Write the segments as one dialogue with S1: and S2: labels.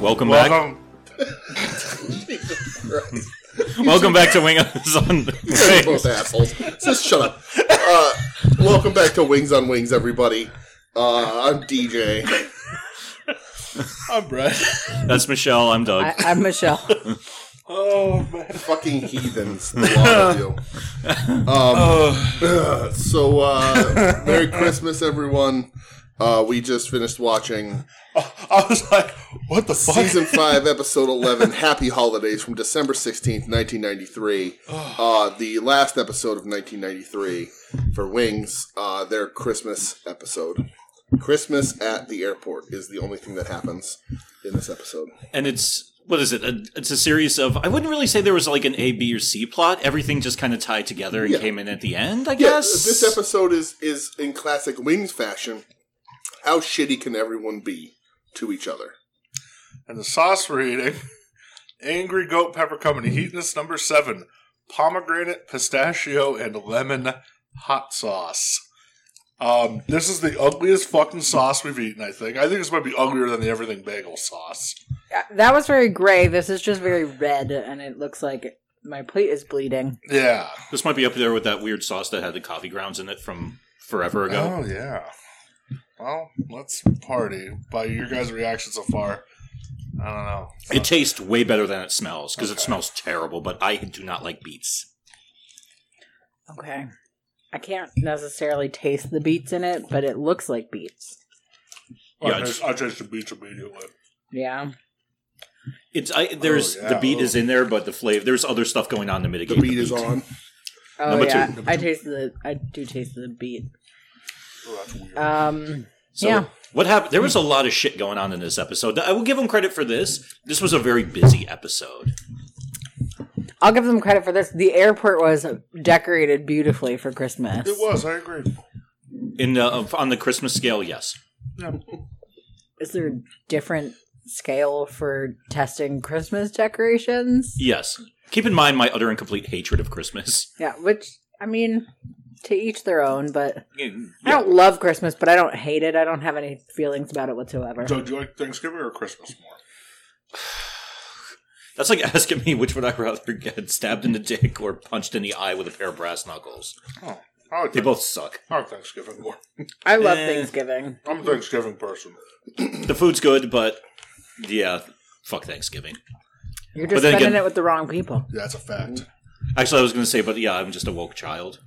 S1: Welcome back.
S2: Welcome.
S1: Welcome back to Wing Us on
S3: They're
S1: the
S3: both assholes. Just shut up. Uh, welcome back to Wings on Wings, everybody. Uh, I'm DJ.
S2: I'm Brett.
S1: That's Michelle. I'm Doug.
S4: I, I'm Michelle.
S2: Oh man.
S3: Fucking heathens, the lot of you. Um, so, uh, Merry Christmas, everyone. Uh, we just finished watching
S2: I was like, what the fuck?
S3: season five, episode eleven, "Happy Holidays" from December sixteenth, nineteen ninety three. Uh, the last episode of nineteen ninety three for Wings, uh, their Christmas episode. Christmas at the airport is the only thing that happens in this episode.
S1: and it's what is it? A, it's a series of. I wouldn't really say there was like an A, B, or C plot. Everything just kind of tied together and
S3: Yeah.
S1: came in at the end. I
S3: Yes,
S1: guess
S3: this episode is is in classic Wings fashion. How shitty can everyone be to each other?
S2: and the sauce reading Angry Goat Pepper Company, Heatness number seven, pomegranate, pistachio, and lemon hot sauce. Um, this is the ugliest fucking sauce we've eaten, I think. I think this might be uglier than the everything bagel sauce.
S4: that was very gray. This is just very red, and it looks like my plate is bleeding.
S2: Yeah.
S1: This might be up there with that weird sauce that had the coffee grounds in it from forever ago.
S2: Oh yeah. Well, let's party. By your guys' reaction so far, I don't know.
S3: Oh.
S1: It tastes way better than it smells because it smells terrible. But I do not like beets.
S4: Okay. I can't necessarily taste the beets in it, but it looks like beets.
S1: Yeah,
S2: I,
S1: it's-
S2: taste, I taste the beach immediately.
S4: Yeah.
S1: It's I, there's
S2: yeah,
S1: the beet
S2: oh.
S1: is in there, but the flavor there's other stuff going on to
S3: The
S1: mitigate
S3: beat is on.
S4: Oh
S1: Number two.
S4: yeah.
S2: Number
S4: I
S2: two.
S4: taste the. I do taste the beet.
S2: Oh, that's weird.
S4: Um.
S1: So
S4: Yeah.
S1: what happened? There was a lot of shit going on in this episode. I will give them credit for this. This was a very busy episode.
S4: I'll give them credit for this. The airport was decorated beautifully for Christmas.
S2: it was. I agree.
S1: In the of- on the Christmas scale, yes.
S2: Yeah.
S4: Is there a different scale for testing Christmas decorations?
S1: Yes. Keep in mind my utter and complete hatred of Christmas.
S4: Yeah, which I mean, to each their own. But
S1: Yeah.
S4: I don't love Christmas, but I don't hate it. I don't have any feelings about it whatsoever.
S2: Doug, do you like Thanksgiving or Christmas more?
S1: That's like asking me which would I rather get stabbed in the dick or punched in the eye with a pair of brass knuckles.
S2: Oh, I like,
S1: They both suck.
S2: I like Thanksgiving more.
S4: I love
S1: Eh.
S4: Thanksgiving.
S2: I'm a Thanksgiving person.
S1: The food's good, but yeah, fuck Thanksgiving.
S4: You're
S1: But
S4: just
S1: then
S4: spending
S1: again-
S4: it with the wrong people.
S2: Yeah, that's a fact.
S1: Actually, I was going to say, but yeah, I'm just a woke child.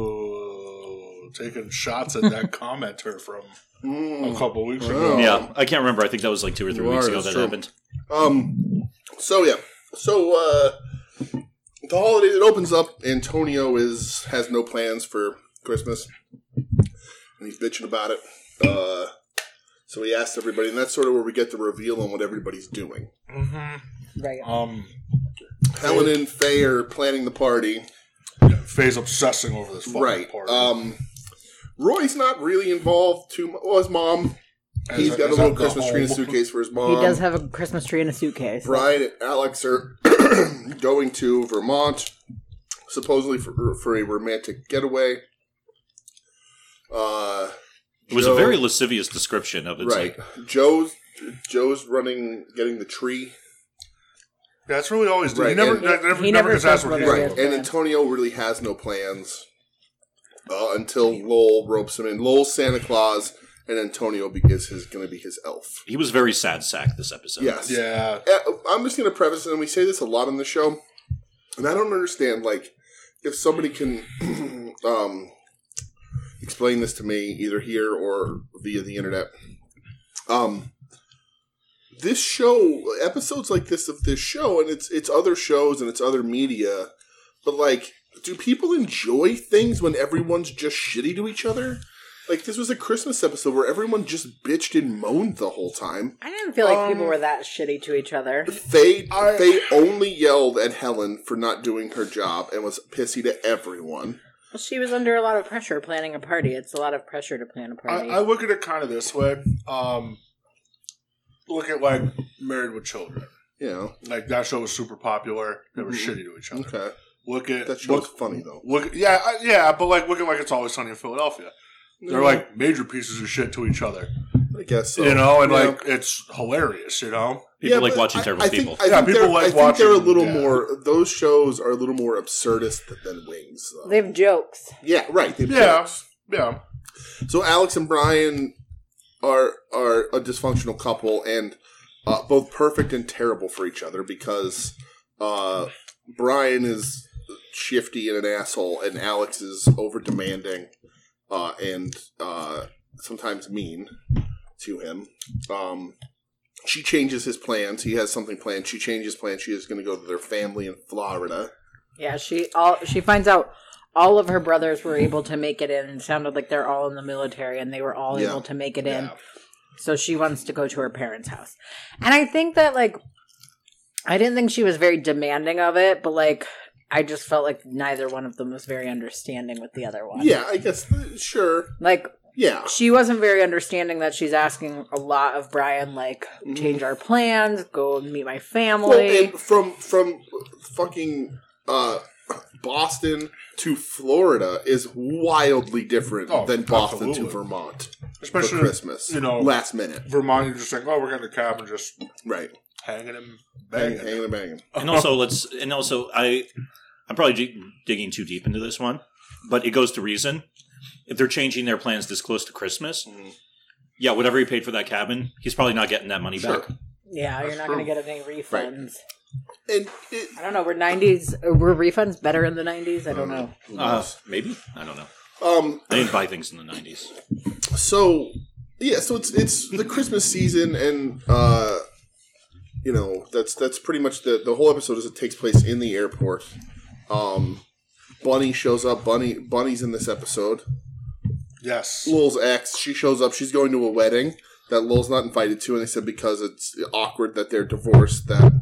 S2: Ooh, taking shots at that commenter from a couple weeks ago.
S3: Mm. Oh.
S1: Yeah, Um, I can't remember. I think that was like two or three
S3: You
S1: weeks
S3: are,
S1: ago
S3: that's
S1: that
S3: true.
S1: happened.
S3: Um. So yeah. So uh, the holidays it opens up. Antonio is has no plans for Christmas, and he's bitching about it. Uh, so he asks everybody, and that's sort of where we get the reveal on what everybody's doing.
S2: Mm-hmm.
S4: Right.
S2: Um,
S3: Helen and Faye are planning the party,
S2: Faye's obsessing over this fucking
S3: right?
S2: party.
S3: Um, Roy's not really involved too much. Well, his mom.
S2: As
S3: He's
S2: a-
S3: got a
S2: as
S3: little
S2: at the
S3: Christmas tree and a
S2: home.
S3: suitcase for his mom.
S4: he does have a Christmas tree in a suitcase.
S3: Brian and Alex are going to Vermont, supposedly for, for a romantic getaway. Uh,
S1: It was
S3: Joe-
S1: a very lascivious description of it. It's
S3: right.
S1: like,
S3: Joe's Joe's running, getting the tree.
S2: Yeah, that's really always. He
S3: Right,
S2: never,
S3: and-
S2: never, never,
S4: He never
S2: gets asked
S4: says
S2: what
S4: what
S2: he's
S4: it
S3: Right,
S4: has
S2: doing.
S4: is.
S3: and
S4: plans.
S3: Antonio really has no plans uh, until Lowell ropes him in. Lowell's Santa Claus, and Antonio be- is his going to be his elf.
S1: he was very sad sack this episode.
S3: Yes.
S2: Yeah,
S3: Uh, I'm just going to preface, and we say this a lot on the show, and I don't understand, like, if somebody can um, explain this to me, either here or via the internet. Um, this show, episodes like this of this show, and it's it's other shows and it's other media, but like, do people enjoy things when everyone's just shitty to each other? Like this was a Christmas episode where everyone just bitched and moaned the whole time.
S4: I didn't feel like people
S2: Um,
S4: were that shitty to each other.
S3: They
S2: I-
S3: they only yelled at Helen for not doing her job and was pissy to everyone.
S4: Well, she was under a lot of pressure planning a party. It's a lot of pressure to plan a
S2: I,
S4: party.
S2: I look at it kind of this way. Um, look at like Married with Children.
S3: You know.
S2: Like that show was super popular. They were
S3: Mhm.
S2: shitty to each other.
S3: Okay.
S2: Look at
S3: That show's
S2: look,
S3: funny though.
S2: look. Yeah, I- yeah, but like look at like it's always sunny in Philadelphia. They're like major pieces of shit to each other.
S3: I guess so.
S2: you know, and
S3: Yeah.
S2: like it's hilarious, you know.
S1: People like
S3: but
S1: watching
S3: I-
S1: terrible
S3: I think-
S1: people.
S3: I
S2: Yeah,
S3: think
S2: people
S3: they're-
S2: like
S3: I think they're a
S2: watching-
S3: little
S2: yeah.
S3: more. Those shows are a little more absurdist th- than Wings. though.
S4: They have jokes.
S3: yeah, right. They've
S2: Yeah, yeah.
S3: So Alex and Brian are are a dysfunctional couple and uh, both perfect and terrible for each other because uh, Brian is shifty and an asshole, and Alex is over demanding uh, and uh, sometimes mean to him. Um, she changes his plans. He has something planned. She changes plans. She is going to go to their family in Florida.
S4: Yeah, she all she finds out all of her brothers were able to make it in and sounded like they're all in the military and they were all
S3: Yeah.
S4: able to make it in.
S3: Yeah.
S4: So she wants to go to her parents' house. And I think that like I didn't think she was very demanding of it, but like I just felt like neither one of them was very understanding with the other one.
S3: Yeah, I guess. th- Sure.
S4: Like
S3: Yeah.
S4: she wasn't very understanding that she's asking a lot of Brian, like, change our plans, go and meet my family.
S3: Mm-hmm. Well, and from from fucking uh, Boston to Florida is wildly different
S2: Oh,
S3: than Boston
S2: absolutely.
S3: to Vermont for
S2: Especially
S3: Christmas.
S2: you know,
S3: last minute,
S2: Vermont, you're just like, oh, we're going to cab and just
S3: right?
S2: hanging him,
S3: Bang,
S2: banging.
S3: hanging and banging.
S1: and also let's and also i i'm probably dig- digging too deep into this one but it goes to reason if they're changing their plans this close to christmas
S3: Mhm.
S1: yeah whatever he paid for that cabin he's probably not getting that money
S3: Sure.
S1: back
S4: yeah, you're
S2: That's
S4: not going to
S2: true.
S4: get any refunds.
S3: And it,
S4: I don't know. Were 90s, uh, were refunds better in the 90s? I don't know.
S3: who
S1: uh,
S3: knows?
S1: maybe i don't know
S3: um,
S1: i didn't buy things in the 90s
S3: so yeah, so it's it's the Christmas season, and uh, you know that's that's pretty much the the whole episode is it takes place in the airport. Um, Bunny shows up. Bunny Bunny's in this episode.
S2: Yes.
S3: Lil's ex, she shows up. She's going to a wedding that Lil's not invited to, and they said because it's awkward that they're divorced that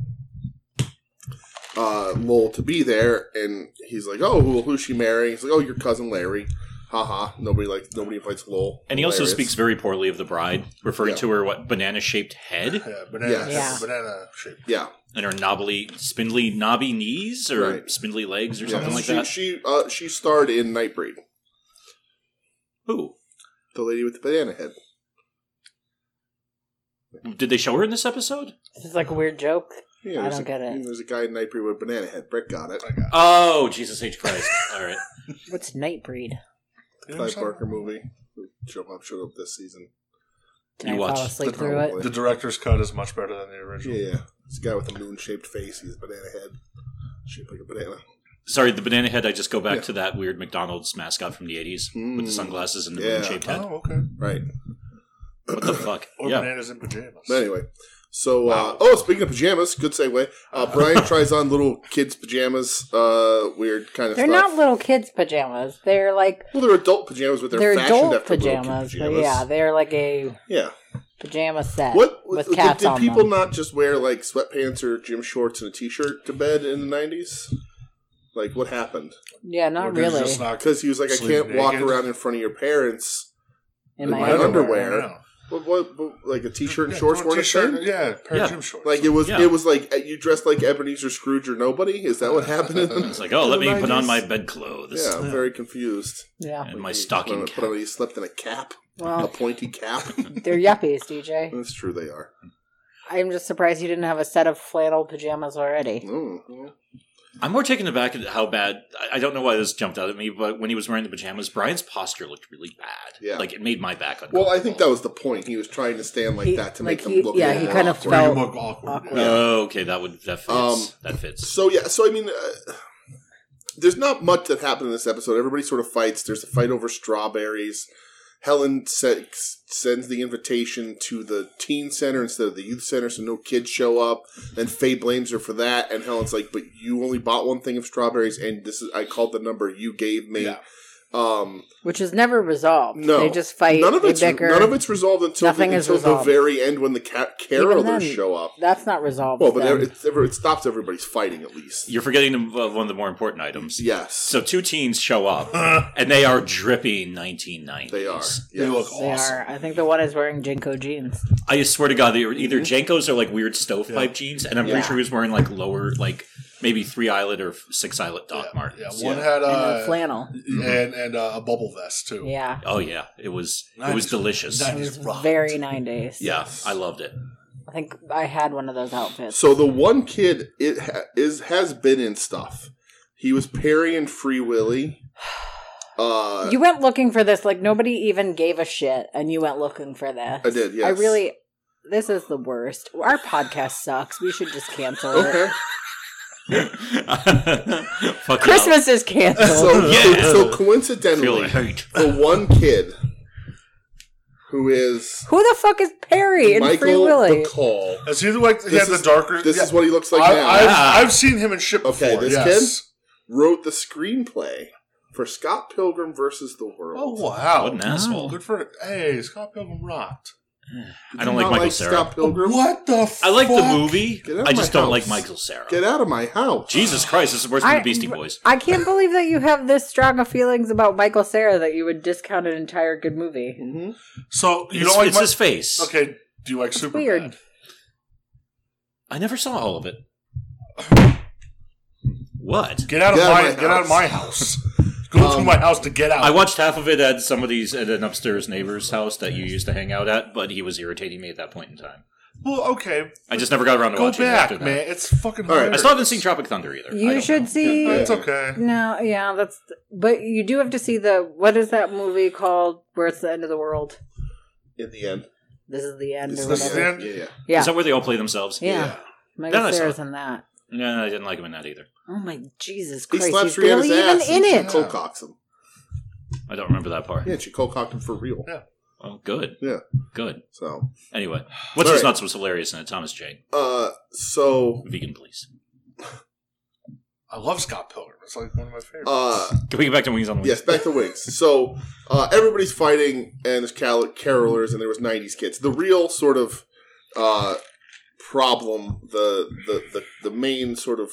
S3: uh, Lil to be there. And he's like, "Oh, who, who's she marrying?" He's like, "Oh, your cousin Larry." Haha. Nobody likes nobody invites Lil.
S1: and he also
S3: Hilarious.
S1: speaks very poorly of the bride referring
S3: Yeah.
S1: to her what banana shaped head
S2: Yeah, banana,
S3: Yes.
S4: Yeah.
S2: banana shape.
S3: Yeah,
S1: and her knobbly spindly knobby knees or
S3: Right.
S1: spindly legs or
S3: yeah.
S1: something like
S3: she
S1: that
S3: she uh, she starred in Nightbreed,
S1: who
S3: the lady with the banana head.
S1: did they show her in this episode
S4: This is like a weird joke.
S3: Yeah,
S4: I
S3: there's
S4: don't
S3: a-
S4: get it.
S3: There's a guy in Nightbreed with a banana head. Brett got it.
S2: I got
S1: oh jesus h christ all right
S4: What's Nightbreed?
S2: You know what I'm saying?
S3: Clive Barker movie. Jump up, showed up this season.
S4: Did
S1: You
S4: I
S1: watched
S4: fall asleep
S3: the
S4: through
S3: Probably.
S4: it?
S2: The director's cut is much better than the original.
S3: Yeah, it's a guy with a moon shaped face. He's a banana head, shaped like a banana.
S1: Sorry, the banana head. I just go back
S3: Yeah.
S1: to that weird McDonald's mascot from the '80s with the
S3: Mm.
S1: sunglasses and the
S3: Yeah.
S1: moon-shaped head.
S2: Oh, okay.
S3: Right.
S1: What the fuck?
S2: Or
S1: yeah,
S2: bananas in pajamas.
S3: But anyway, so uh,
S1: Wow.
S3: oh, speaking of pajamas, good segue. Uh, Brian tries on little kids' pajamas. Uh, weird kind of.
S4: They're
S3: stuff.
S4: not little kids' pajamas. They're like,
S3: Well, they're adult pajamas, but they're,
S4: they're,
S3: fashioned
S4: adult
S3: after little kid
S4: pajamas,
S3: pajamas.
S4: But yeah, they're like a
S3: yeah.
S4: pajama set
S3: What
S4: with
S3: did-
S4: cats
S3: did
S4: on
S3: people
S4: them.
S3: not just wear like sweatpants or gym shorts and a t-shirt to bed in the nineties? Like what happened?
S4: yeah, not
S2: Or did you
S4: really.
S2: just not-
S3: Because he was like, I
S2: Sleep
S3: can't walk
S2: naked?
S3: around in front of your parents.
S4: in
S3: my
S4: my
S2: don't
S4: underwear.
S3: underwear.
S2: know.
S3: What, what, what- like a t-shirt and
S2: Yeah,
S3: shorts
S2: throw a
S3: weren't a
S2: t-shirt,
S3: thing?
S2: Yeah, pair
S1: Yeah.
S2: of gym shorts.
S3: Like it was,
S1: Yeah.
S3: it was like uh, you dressed like Ebenezer Scrooge or nobody. Is that what happened? In
S1: it's
S3: the,
S1: like, oh, let me put on
S3: 90s.
S1: my bedclothes
S3: yeah, I'm very confused.
S4: Yeah.
S1: and my
S3: You
S1: stocking
S3: put on-
S1: cap.
S3: Put on, you slept in a cap, a
S4: Well,
S3: pointy cap.
S4: they're yuppies, DJ.
S3: That's true. They are.
S4: I'm just surprised you didn't have a set of flannel pajamas already.
S3: Mm, well,
S1: I'm more taken aback at how bad. I- I don't know why this jumped out at me, but when he was wearing the pajamas, Brian's posture looked really bad.
S3: Yeah.
S1: like it made my back uncomfortable.
S3: Well, I think that was the point. He was trying to stand like
S4: He-
S3: that to
S4: like
S3: make
S4: he-
S3: him look.
S4: yeah,
S3: a little
S4: he
S3: more
S4: kind of
S3: awkward.
S2: Where you
S4: felt-
S2: look awkward.
S4: awkward.
S2: Yeah.
S1: Oh, okay, that would that fits.
S3: Um,
S1: that fits.
S3: So yeah, so I mean, uh, there's not much that happened in this episode. Everybody sort of fights. There's a fight over strawberries. Helen se- sends the invitation to the teen center instead of the youth center, so no kids show up. And Faye blames her for that. And Helen's like, "But you only bought one thing of strawberries, and this is I called the number you gave me."
S2: Yeah.
S3: Um,
S4: Which is never resolved.
S3: no,
S4: They just fight.
S3: None of
S4: they
S3: it's
S4: bicker.
S3: none of it's resolved until the,
S4: Nothing is
S3: until
S4: resolved.
S3: the very end when the ca- carolers
S4: then-
S3: show up.
S4: That's not resolved.
S3: Well, but
S4: then.
S3: there- it's, ever- it stops everybody's fighting at least.
S1: You're forgetting the- uh, one of the more important items.
S3: Yes.
S1: So two teens show up, and they are dripping 1990s.
S3: They are.
S2: They
S3: Yes.
S2: look
S4: They
S2: awesome.
S4: are. I think the one is wearing Jinko jeans.
S1: I swear to God, they were either Jankos or like weird stovepipe jeans, and I'm
S4: Yeah.
S1: pretty sure he was wearing like lower, like maybe three eyelet or six eyelet Doc
S2: yeah,
S1: Martens.
S2: Yeah, one
S1: Yeah.
S2: had
S4: and
S2: uh,
S4: the flannel.
S2: and and uh, a bubble vest too.
S4: Yeah.
S1: Oh yeah, it was it
S2: Nice.
S1: was delicious.
S2: Nice.
S4: It was
S2: Just rocked.
S4: very 90s.
S1: Yeah, I loved it.
S4: I think I had one of those outfits.
S3: So the one kid it ha- is has been in stuff. He was Perry and Free Willy. Uh,
S4: you went looking for this, like nobody even gave a shit, and you went looking for this.
S3: I did, yes.
S4: I really. This is the worst. Our podcast sucks. We should just cancel
S3: okay.
S4: it.
S1: Fuck
S4: Christmas is canceled.
S3: So
S1: Yeah.
S3: so
S1: yeah. really
S3: coincidentally,
S1: hate.
S3: the one kid who is
S4: Who the fuck is Perry in Free
S3: Michael
S4: Willy?
S3: McCall.
S2: It's either like he
S3: This
S2: had the
S3: is-
S2: darker.
S3: This
S2: yeah.
S3: is what he looks like
S2: I,
S3: now.
S2: I've,
S1: Ah.
S2: I've seen him in shit before.
S3: Okay, this
S2: yes.
S3: wrote the screenplay for Scott Pilgrim versus the World.
S2: Oh wow!
S1: What an asshole.
S2: Good for hey Scott Pilgrim rocked.
S3: Did
S1: I
S3: you
S1: don't like
S3: not
S1: Michael Cera.
S3: Scott Pilgrim.
S2: What the? Fuck?
S1: I like the movie.
S3: Get out of
S1: I just
S3: my
S1: don't like
S3: house.
S1: Michael Sarah.
S3: Get out of my house.
S1: Jesus Christ, this is worse than the Beastie Boys.
S4: I can't believe that you have this strong of feelings about Michael Sarah that you would discount an entire good movie.
S3: Mhm.
S2: So you
S1: it's
S2: don't like
S1: it's
S2: my,
S1: his face.
S2: Okay, do you like Superman?
S4: weird.
S1: I never saw all of it. What?
S2: Get out of
S3: Get
S2: my,
S3: out of my
S2: get out of
S3: house.
S2: my house. Go to
S3: Um,
S2: my house to get out.
S1: I watched half of it at somebody's at an upstairs neighbor's house that you used to hang out at, but he was irritating me at that point in time.
S2: well, okay,
S1: I just never got around to
S2: go
S1: watching it after
S2: back,
S1: that.
S2: man. It's fucking.
S3: All right,
S2: hilarious.
S1: I still haven't seen Tropic Thunder either. I
S4: You
S1: don't
S4: should
S1: know.
S4: see.
S3: Yeah.
S2: It's okay.
S4: No, yeah, that's. But you do have to see the. What is that movie called? Where it's the end of the world.
S3: In the end.
S4: This is the end.
S3: This
S4: Or
S3: is
S2: the
S4: whatever.
S2: end.
S3: Yeah, yeah.
S4: Yeah.
S1: Is that where they all play themselves?
S4: yeah,
S2: Yeah.
S4: Michael
S1: Then I saw
S4: Cera's in that.
S1: No, I didn't like him in that either.
S4: Oh my Jesus
S3: He
S4: Christ!
S3: slaps
S4: He's barely
S3: Rihanna's
S4: even
S3: ass
S4: in
S3: and she
S4: it.
S2: cold-
S3: cold cocks him.
S1: I don't remember that part.
S3: Yeah, she cold cocked him for real.
S2: Yeah.
S1: Oh, good.
S3: Yeah.
S1: Good.
S3: So,
S1: Anyway, what's
S3: All
S1: his
S3: right.
S1: nuts was hilarious in it? Thomas Jane.
S3: uh, so,
S1: Vegan, please.
S2: I love Scott Pilgrim. It's like one of my favorites.
S3: uh,
S1: Can we get back to Wings on the Wings?
S3: yes, back to Wings. So, uh, everybody's fighting and there's cal- carolers and there was 90s kids. The real sort of, uh, problem, the, the, the, the main sort of,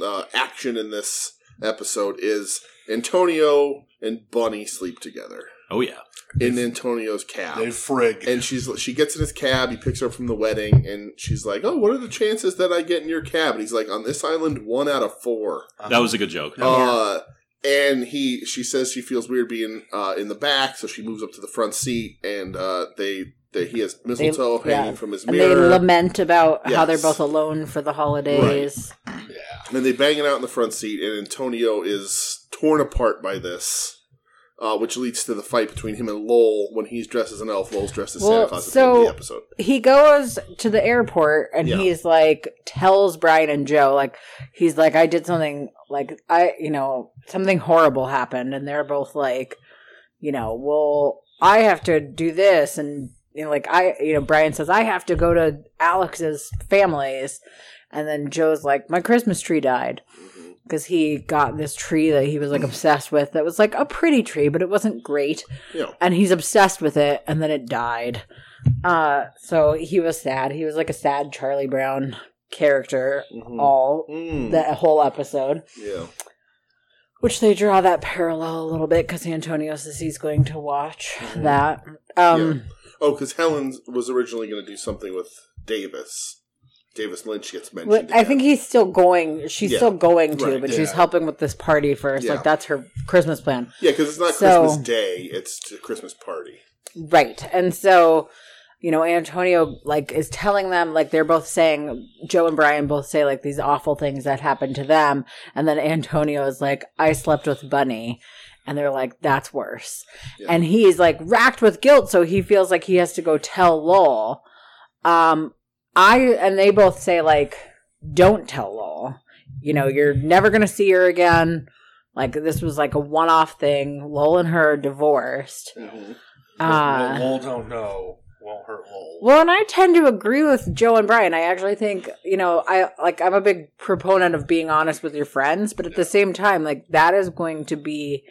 S3: uh, action in this episode is Antonio and Bunny sleep together
S1: Oh, yeah.
S3: in Antonio's cab.
S2: they frig.
S3: and she's she gets in his cab. He picks her up from the wedding, and she's like, "Oh, what are the chances that I get in your cab?" And he's like, "On this island, one out of four.
S1: That was a good joke.
S4: Oh,
S3: Uh, and he she says she feels weird being uh, in the back, so she moves up to the front seat, and uh, they that he has mistletoe
S4: yeah.
S3: hanging from his
S4: And they
S3: mirror,
S4: lament about how they're
S3: Yes.
S4: both alone for the holidays.
S2: Uh-huh. yeah.
S3: and they bang it out in the front seat, and Antonio is torn apart by this. Uh, which leads to the fight between him and Lowell when he's dressed as an elf, Lowell's dressed as Santa
S4: Well,
S3: Claus at the end of
S4: so-
S3: the episode.
S4: he goes to the airport and
S3: Yeah.
S4: he's like tells Brian and Joe like he's like I did something like I you know something horrible happened and they're both like you know well I have to do this and you know like I you know Brian says I have to go to Alex's family's and then Joe's like my Christmas tree died because he got this tree that he was like obsessed with that was like a pretty tree but it wasn't great
S3: You know,
S4: and he's obsessed with it and then it died uh so he was sad he was like a sad charlie brown character
S3: Mhm.
S4: all
S3: Mm,
S4: that whole episode
S3: yeah.
S4: which they draw that parallel a little bit because antonio says he's going to watch
S3: Mhm.
S4: that um
S3: Oh, because Helen was originally going to do something with Davis. Davis Lynch gets mentioned.
S4: wh- i think
S3: again.
S4: he's still going she's
S3: Yeah.
S4: still going to
S3: Right,
S4: but
S2: yeah.
S4: she's helping with this party first
S3: Yeah.
S4: like that's her christmas plan
S3: yeah, because it's not
S4: So-
S3: Christmas Day; it's a Christmas party.
S4: Right. And so, you know, Antonio like is telling them like they're both saying Joe and Brian both say like these awful things that happened to them and then Antonio is like I slept with Bunny and they're like that's worse.
S3: Yeah.
S4: And he's like racked with guilt so he feels like he has to go tell Lowell. Um I and they both say like don't tell Lowell. You know, you're never going to see her again. Like this was like a one-off thing. Lowell and her are divorced. Uh,
S2: Lol, lol don't know. Won't hurt lol.
S4: Well, and I tend to agree with Joe and Brian. I actually think, you know, I like I'm a big proponent of being honest with your friends, but at the same time, like that is going to be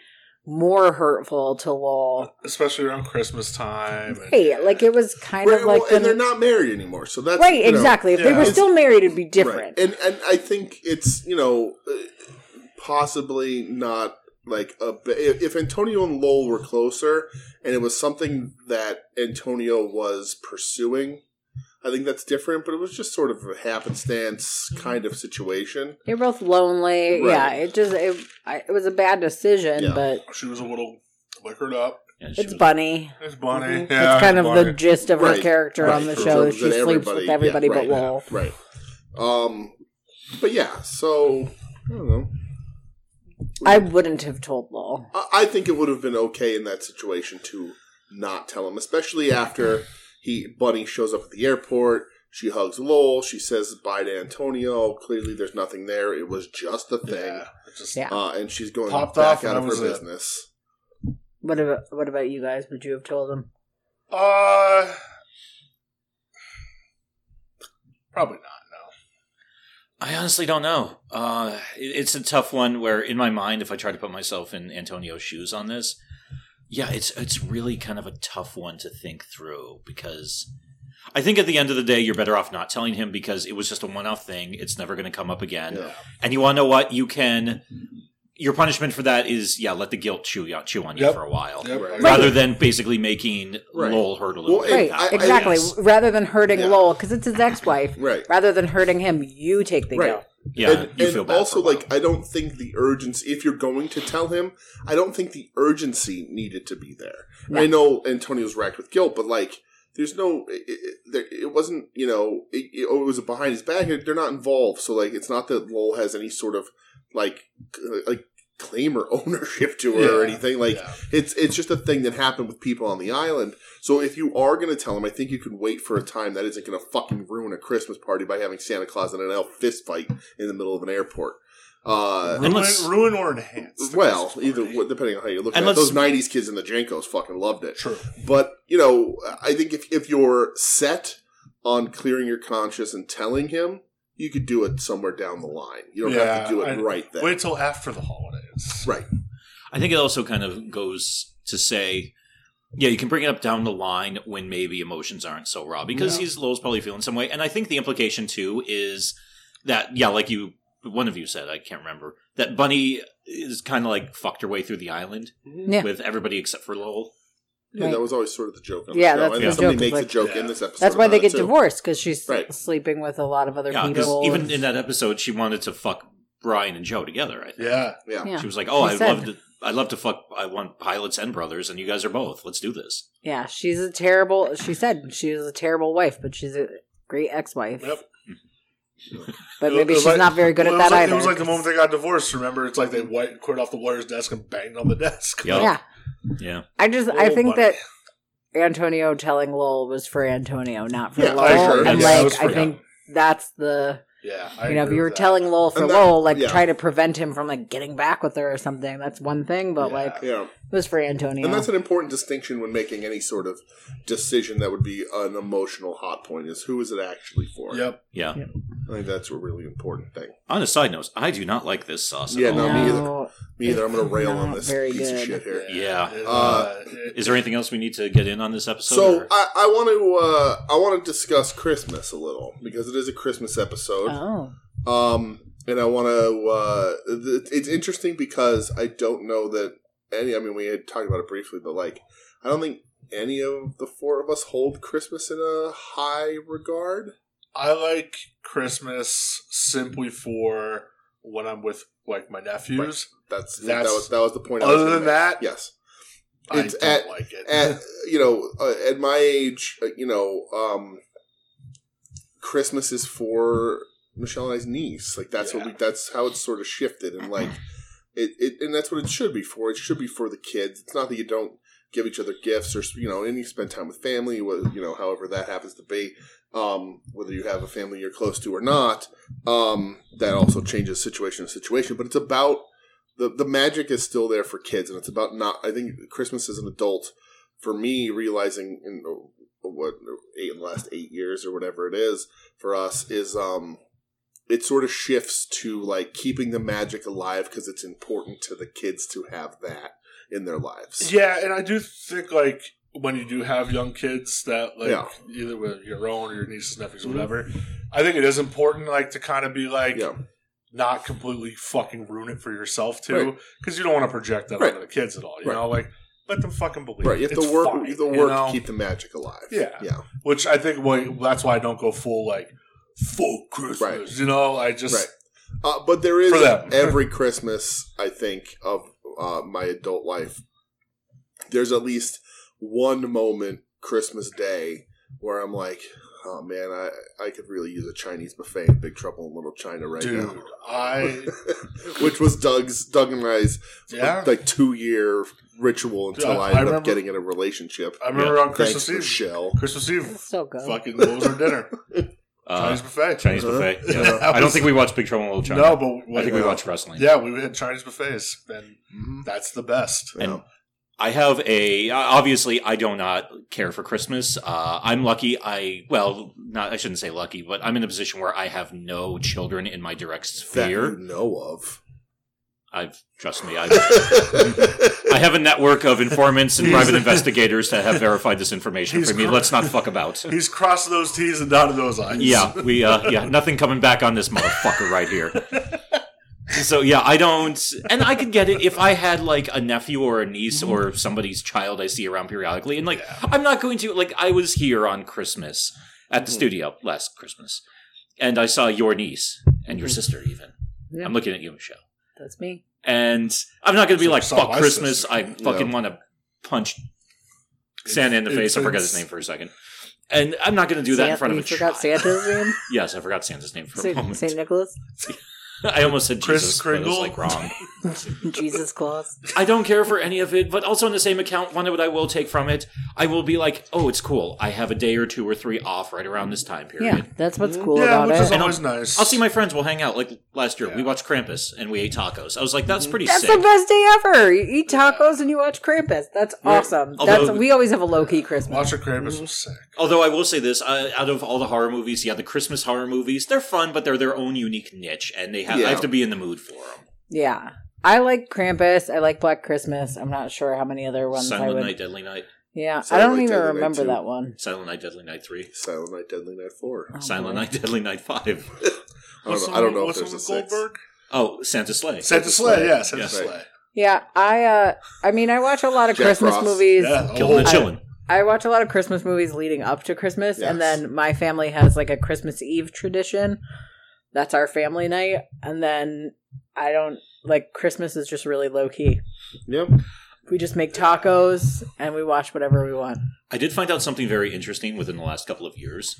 S4: more hurtful to Lowell.
S2: Especially around Christmas time. and-
S4: Hey, like it was kind
S3: Right,
S4: of like
S3: well, and
S4: the-
S3: they're not married anymore, so that's
S4: right,
S3: you know,
S4: exactly. If they
S2: yeah.
S4: were
S2: It's-
S4: still married, it'd be
S3: right.
S4: different.
S3: And and I think it's you know uh, possibly not like a ba- if if Antonio and Lowell were closer, and it was something that Antonio was pursuing. I think that's different, but it was just sort of a happenstance kind of situation.
S4: You're both lonely.
S3: Right.
S4: Yeah, it just it, I, it was a bad decision,
S3: Yeah.
S4: but
S2: She was a little liquored up.
S1: Yeah, she
S4: it's
S1: was-
S4: Bunny.
S2: It's Bunny.
S4: Mhm.
S2: Yeah,
S4: That's kind of the
S2: Bunny.
S4: gist of
S3: Right.
S4: her character
S3: Right.
S4: on the
S3: For
S4: show.
S3: reasons
S4: She
S3: that
S4: sleeps
S3: everybody-
S4: with
S3: yeah,
S4: everybody
S3: right.
S4: but Wolf.
S3: Right. Um, but yeah, so I don't know.
S4: I wouldn't have told Lowell.
S3: I, I think it would have been okay in that situation to not tell him, especially after he Bunny shows up at the airport. She hugs Lowell. She says bye to Antonio. Clearly, there's nothing there. It was just a thing.
S2: Yeah, it's just-
S4: Yeah.
S3: Uh, and she's going
S2: Popped
S3: back
S2: off and
S3: out of
S2: that
S3: her
S2: was it.
S3: business.
S4: What about what about you guys? Would you have told him?
S2: Uh, probably not.
S1: I honestly don't know. Uh, it- it's a tough one. Where in my mind, if I try to put myself in Antonio's shoes on this, yeah, it's it's really kind of a tough one to think through because I think at the end of the day, you're better off not telling him because it was just a one-off thing. It's never going to come up again.
S3: Yeah.
S1: And you want to know what you can. Your punishment for that is yeah, let the guilt chew you chew on you
S2: Yep.
S1: for a while,
S2: Yep.
S3: Right.
S1: rather than basically making
S3: Right.
S1: Lowell hurt a little
S3: Well,
S1: bit.
S4: Right,
S3: I- I-
S4: exactly.
S1: yes.
S4: Rather than hurting
S3: Yeah.
S4: Lowell, because it's his ex-wife.
S3: Right.
S4: Rather than hurting him, you take the
S3: Right.
S4: guilt.
S1: Yeah,
S3: and,
S1: you
S3: and
S1: feel bad. for
S3: also
S1: Lowell.
S3: like I don't think the urgency. If you're going to tell him, I don't think the urgency needed to be there.
S4: No.
S3: I know Antonio's racked with guilt, but like, there's no. It, it, there, it wasn't. You know, it, it oh, it was behind his back. They're not involved, so like, it's not that Lowell has any sort of like c- like claim or ownership to her or
S2: Yeah.
S3: anything. Like,
S2: Yeah.
S3: it's it's just a thing that happened with people on the island. So if you are going to tell him, I think you can wait for a time that isn't going to fucking ruin a Christmas party by having Santa Claus and an elf fist fight in the middle of an airport. Uh,
S1: And let's-
S2: ruin, ruin or enhance. the
S3: well,
S2: Christmas
S3: either
S2: party.
S3: wa- depending on how you look
S1: And
S3: at it,
S1: let's-
S3: those '90s kids in the Jankos fucking loved it.
S2: True.
S3: But you know, I think if if you're set on clearing your conscience and telling him, you could do it somewhere down the line. You don't have
S2: Yeah,
S3: to do it
S2: I-
S3: right then.
S2: Wait till after the holidays.
S3: Right.
S1: I think it also kind of goes to say, yeah, you can bring it up down the line when maybe emotions aren't so raw because
S2: Yeah.
S1: he's Lowell's probably feeling some way, and I think the implication too is that yeah, like you one of you said, I can't remember that Bunny is kind of like fucked her way through the island
S4: Yeah.
S1: with everybody except for Lowell.
S3: Yeah,
S4: Right.
S3: that was always sort of the joke. On
S4: Yeah,
S3: the show. and
S4: that's the
S3: then somebody
S4: joke,
S3: makes
S4: like-
S3: a joke
S2: Yeah.
S3: in this episode.
S4: That's why
S3: about
S4: they
S3: it,
S4: get
S3: too.
S4: divorced because she's
S3: Right.
S4: sleeping with a lot of other
S1: Yeah, because
S4: people.
S1: even
S4: and-
S1: in that episode, she wanted to fuck Brian and Joe together. I think.
S2: Yeah.
S3: Yeah.
S4: Yeah.
S1: She was like, "Oh,
S4: She
S1: I
S4: said.
S1: love to, I love to fuck. I want pilots and brothers, and you guys are both. Let's do this."
S4: yeah, she's a terrible. She said she was a terrible wife, but she's a great ex-wife.
S2: Yep.
S4: But
S2: It
S4: maybe
S2: was
S4: she's
S2: like-
S4: not very good
S2: Well,
S4: at
S2: it was
S4: that
S2: like,
S4: either.
S2: It was like the moment they got divorced. Remember, it's like they white quit off the lawyer's desk and banged on the desk.
S1: Yeah.
S4: yeah,
S1: Yeah,
S4: I just I
S2: Little
S4: think
S2: buddy.
S4: that Antonio telling Lowell was for Antonio, not for
S3: Yeah,
S4: Lowell.
S3: I agree.
S4: And
S3: Yeah,
S2: that
S4: like
S2: was
S4: I
S2: for
S4: think that's the
S2: Yeah, I
S4: you know if
S2: agree
S4: you were
S2: with that.
S4: telling Lowell for
S3: And that-
S4: Lowell, like
S3: yeah.
S4: try to prevent him from like getting back with her or something. That's one thing, but
S2: Yeah.
S4: like it
S3: Yeah.
S4: was for Antonio.
S3: And that's an important distinction when making any sort of decision that would be an emotional hot point is who is it actually for?
S2: Yep.
S1: yeah.
S3: I think that's a really important thing.
S1: On a side note, I do not like this sauce.
S3: Yeah,
S1: at all.
S3: no, me either.
S4: No,
S3: Me either. I'm going to rail on
S4: Not
S3: this
S4: very
S3: piece of
S4: good.
S3: shit here.
S1: Yeah.
S2: It,
S3: Uh,
S2: it-
S1: Is there anything else we need to get in on this episode?
S3: So
S1: or-
S3: I, I want to uh, I want to discuss Christmas a little because it is a Christmas episode.
S4: Oh,
S3: Um, and I want to. Uh, th- it's interesting because I don't know that any. I mean, we had talked about it briefly, but like, I don't think any of the four of us hold Christmas in a high regard.
S2: I like Christmas simply for when I'm with like my nephews.
S3: That's, that
S2: That's-
S3: was that was the point.
S2: Other
S3: I was
S2: than that,
S3: yes. It's
S2: I don't
S3: at-
S2: like it.
S3: At you know, uh, at my age, uh, you know, um, Christmas is for Michelle and I's niece. Like that's what
S2: Yeah.
S3: we. That's how it's sort of shifted, and like it, it, and that's what it should be for. It should be for the kids. It's not that you don't give each other gifts or you know, and you spend time with family. wh- You know, however that happens to be. Um, whether you have a family you're close to or not, um, that also changes situation to situation. But it's about the the magic is still there for kids, and it's about not. I think Christmas as an adult, for me, realizing in the- what eight in the last eight years or whatever it is for us is um, it sort of shifts to like keeping the magic alive because it's important to the kids to have that in their lives.
S2: yeah, and I do think like when you do have young kids that like
S3: Yeah.
S2: either with your own or your nieces, nephews,
S3: Mhm.
S2: whatever. I think it is important like to kind of be like
S3: Yeah.
S2: not completely fucking ruin it for yourself too, because you don't want to project that
S3: Right.
S2: onto the kids at all. You
S3: Right.
S2: know, like let them fucking believe.
S3: Right, you have
S2: It's
S3: to work.
S2: fine,
S3: you have to work
S2: you know?
S3: to keep the magic alive.
S2: Yeah.
S3: yeah,
S2: Which I think why that's why I don't go full like full Christmas.
S3: Right.
S2: You know, I just
S3: right. Uh, but there is
S2: For them.
S3: every Christmas, I think, of uh, my adult life. There's at least one moment Christmas Day where I'm like, oh man, I I could really use a Chinese buffet in Big Trouble in Little China right
S2: dude,
S3: now.
S2: I
S3: Which was Doug's Doug and I's
S2: yeah.
S3: like two year ritual until
S2: Yeah,
S3: I
S2: I
S3: ended up
S2: remember-
S3: getting in a relationship.
S2: I remember on Christmas
S3: Thanks,
S2: Eve.
S3: Michelle.
S2: Christmas Eve,
S4: It's so good.
S2: fucking what was our dinner?
S1: Uh,
S2: Chinese buffet.
S1: Chinese
S3: Uh-huh.
S1: buffet. Yeah.
S2: Yeah, that
S1: I don't
S2: was-
S1: think we watched Big Trouble in Little China.
S2: No, but
S1: I think we
S3: no.
S1: watched wrestling.
S2: yeah, we had Chinese buffets, and
S3: Mhm.
S2: that's the best.
S1: And
S3: Yeah.
S1: I have a obviously I do not care for Christmas. Uh, I'm lucky. I well, not I shouldn't say lucky, but I'm in a position where I have no children in my direct
S3: That you
S1: sphere.
S3: know of.
S1: I've trust me. I've, I have a network of informants and
S2: He's-
S1: private investigators that have verified this information
S2: He's
S1: for me.
S2: cr-
S1: Let's not fuck about.
S2: He's crossing those T's and dotted those I's.
S1: Yeah, we uh yeah, nothing coming back on this motherfucker right here. So yeah, I don't and I could get it if I had like a nephew or a niece or
S2: Mm-hmm.
S1: somebody's child I see around periodically and like I'm not going to like I was here on Christmas at the
S2: Mm-hmm.
S1: studio last Christmas and I saw your niece and
S2: Mm-hmm.
S1: your sister even.
S4: Yeah.
S1: I'm looking at you, Michelle.
S4: That's me.
S1: And I'm not going to be
S2: So
S1: like
S2: you saw
S1: fuck
S2: my
S1: Christmas.
S2: sister.
S1: I fucking
S3: No.
S1: want to punch Santa in the
S2: It's-
S1: face. I forgot his
S2: it's-
S1: name for a second. And I'm not going to do that in
S4: San-
S1: front of
S4: you
S1: a
S4: forgot
S1: child.
S4: Santa's name?
S1: Yes, I forgot Santa's name for a
S4: Saint,
S1: moment.
S4: Saint Nicholas?
S1: I almost said
S2: Kris
S1: Jesus, but it was
S2: Kringle?
S1: like wrong.
S4: Jesus Claus?
S1: I don't care for any of it, but also in the same account, one what I will take from it, I will be like, oh, it's cool. I have a day or two or three off right around this time period.
S4: Yeah, that's what's cool
S2: yeah,
S4: about
S2: which is
S4: it.
S1: And
S2: always nice.
S1: I'll see my friends. We'll hang out. Like last year, we
S2: Yeah. Mhm.
S1: watched Krampus and we ate tacos. I was like, that's pretty
S4: That's
S1: sick.
S4: the best day ever. You eat tacos and you watch Krampus. That's awesome. That's
S1: although-
S4: we always have a low key Christmas.
S2: Watcher Krampus was sick.
S1: Although I will say this, uh, out of all the horror movies, yeah, the Christmas horror movies, they're fun, but they're their own unique niche, and they have,
S3: Yeah.
S1: I have to be in the mood for them.
S4: Yeah. I like Krampus. I like Black Christmas. I'm not sure how many other ones I
S1: Silent
S4: would.
S1: Night, Deadly Night,
S4: Yeah, I
S3: Silent
S4: don't
S3: Night,
S4: even
S3: Deadly Night
S4: remember
S3: 2.
S4: that one.
S1: Silent Night, Deadly Night Three,
S3: Silent Night, Deadly Night Four.
S4: Oh,
S1: Silent
S4: boy.
S1: Night, Deadly Night Five.
S3: I don't
S2: What's
S3: know,
S2: the
S3: I
S2: one-
S3: don't know if
S2: what's the
S3: there's a
S2: one
S3: six.
S2: Goldberg?
S1: Oh, Santa Sleigh.
S2: Santa Sleigh, yeah, Santa
S1: Yeah.
S2: Sleigh.
S4: Yeah, I. uh I mean, I watch a lot of
S3: Jack
S4: Christmas
S3: Frost.
S4: movies.
S2: Yeah,
S1: Killing
S2: oh,
S1: the chillin'.
S4: I watch a lot of Christmas movies leading up to Christmas, and
S3: Yes.
S4: then my family has like a Christmas Eve tradition. That's our family night, and then I don't like Christmas is just really low key.
S3: Yep.
S4: We just make tacos and we watch whatever we want.
S1: I did find out something very interesting within the last couple of years.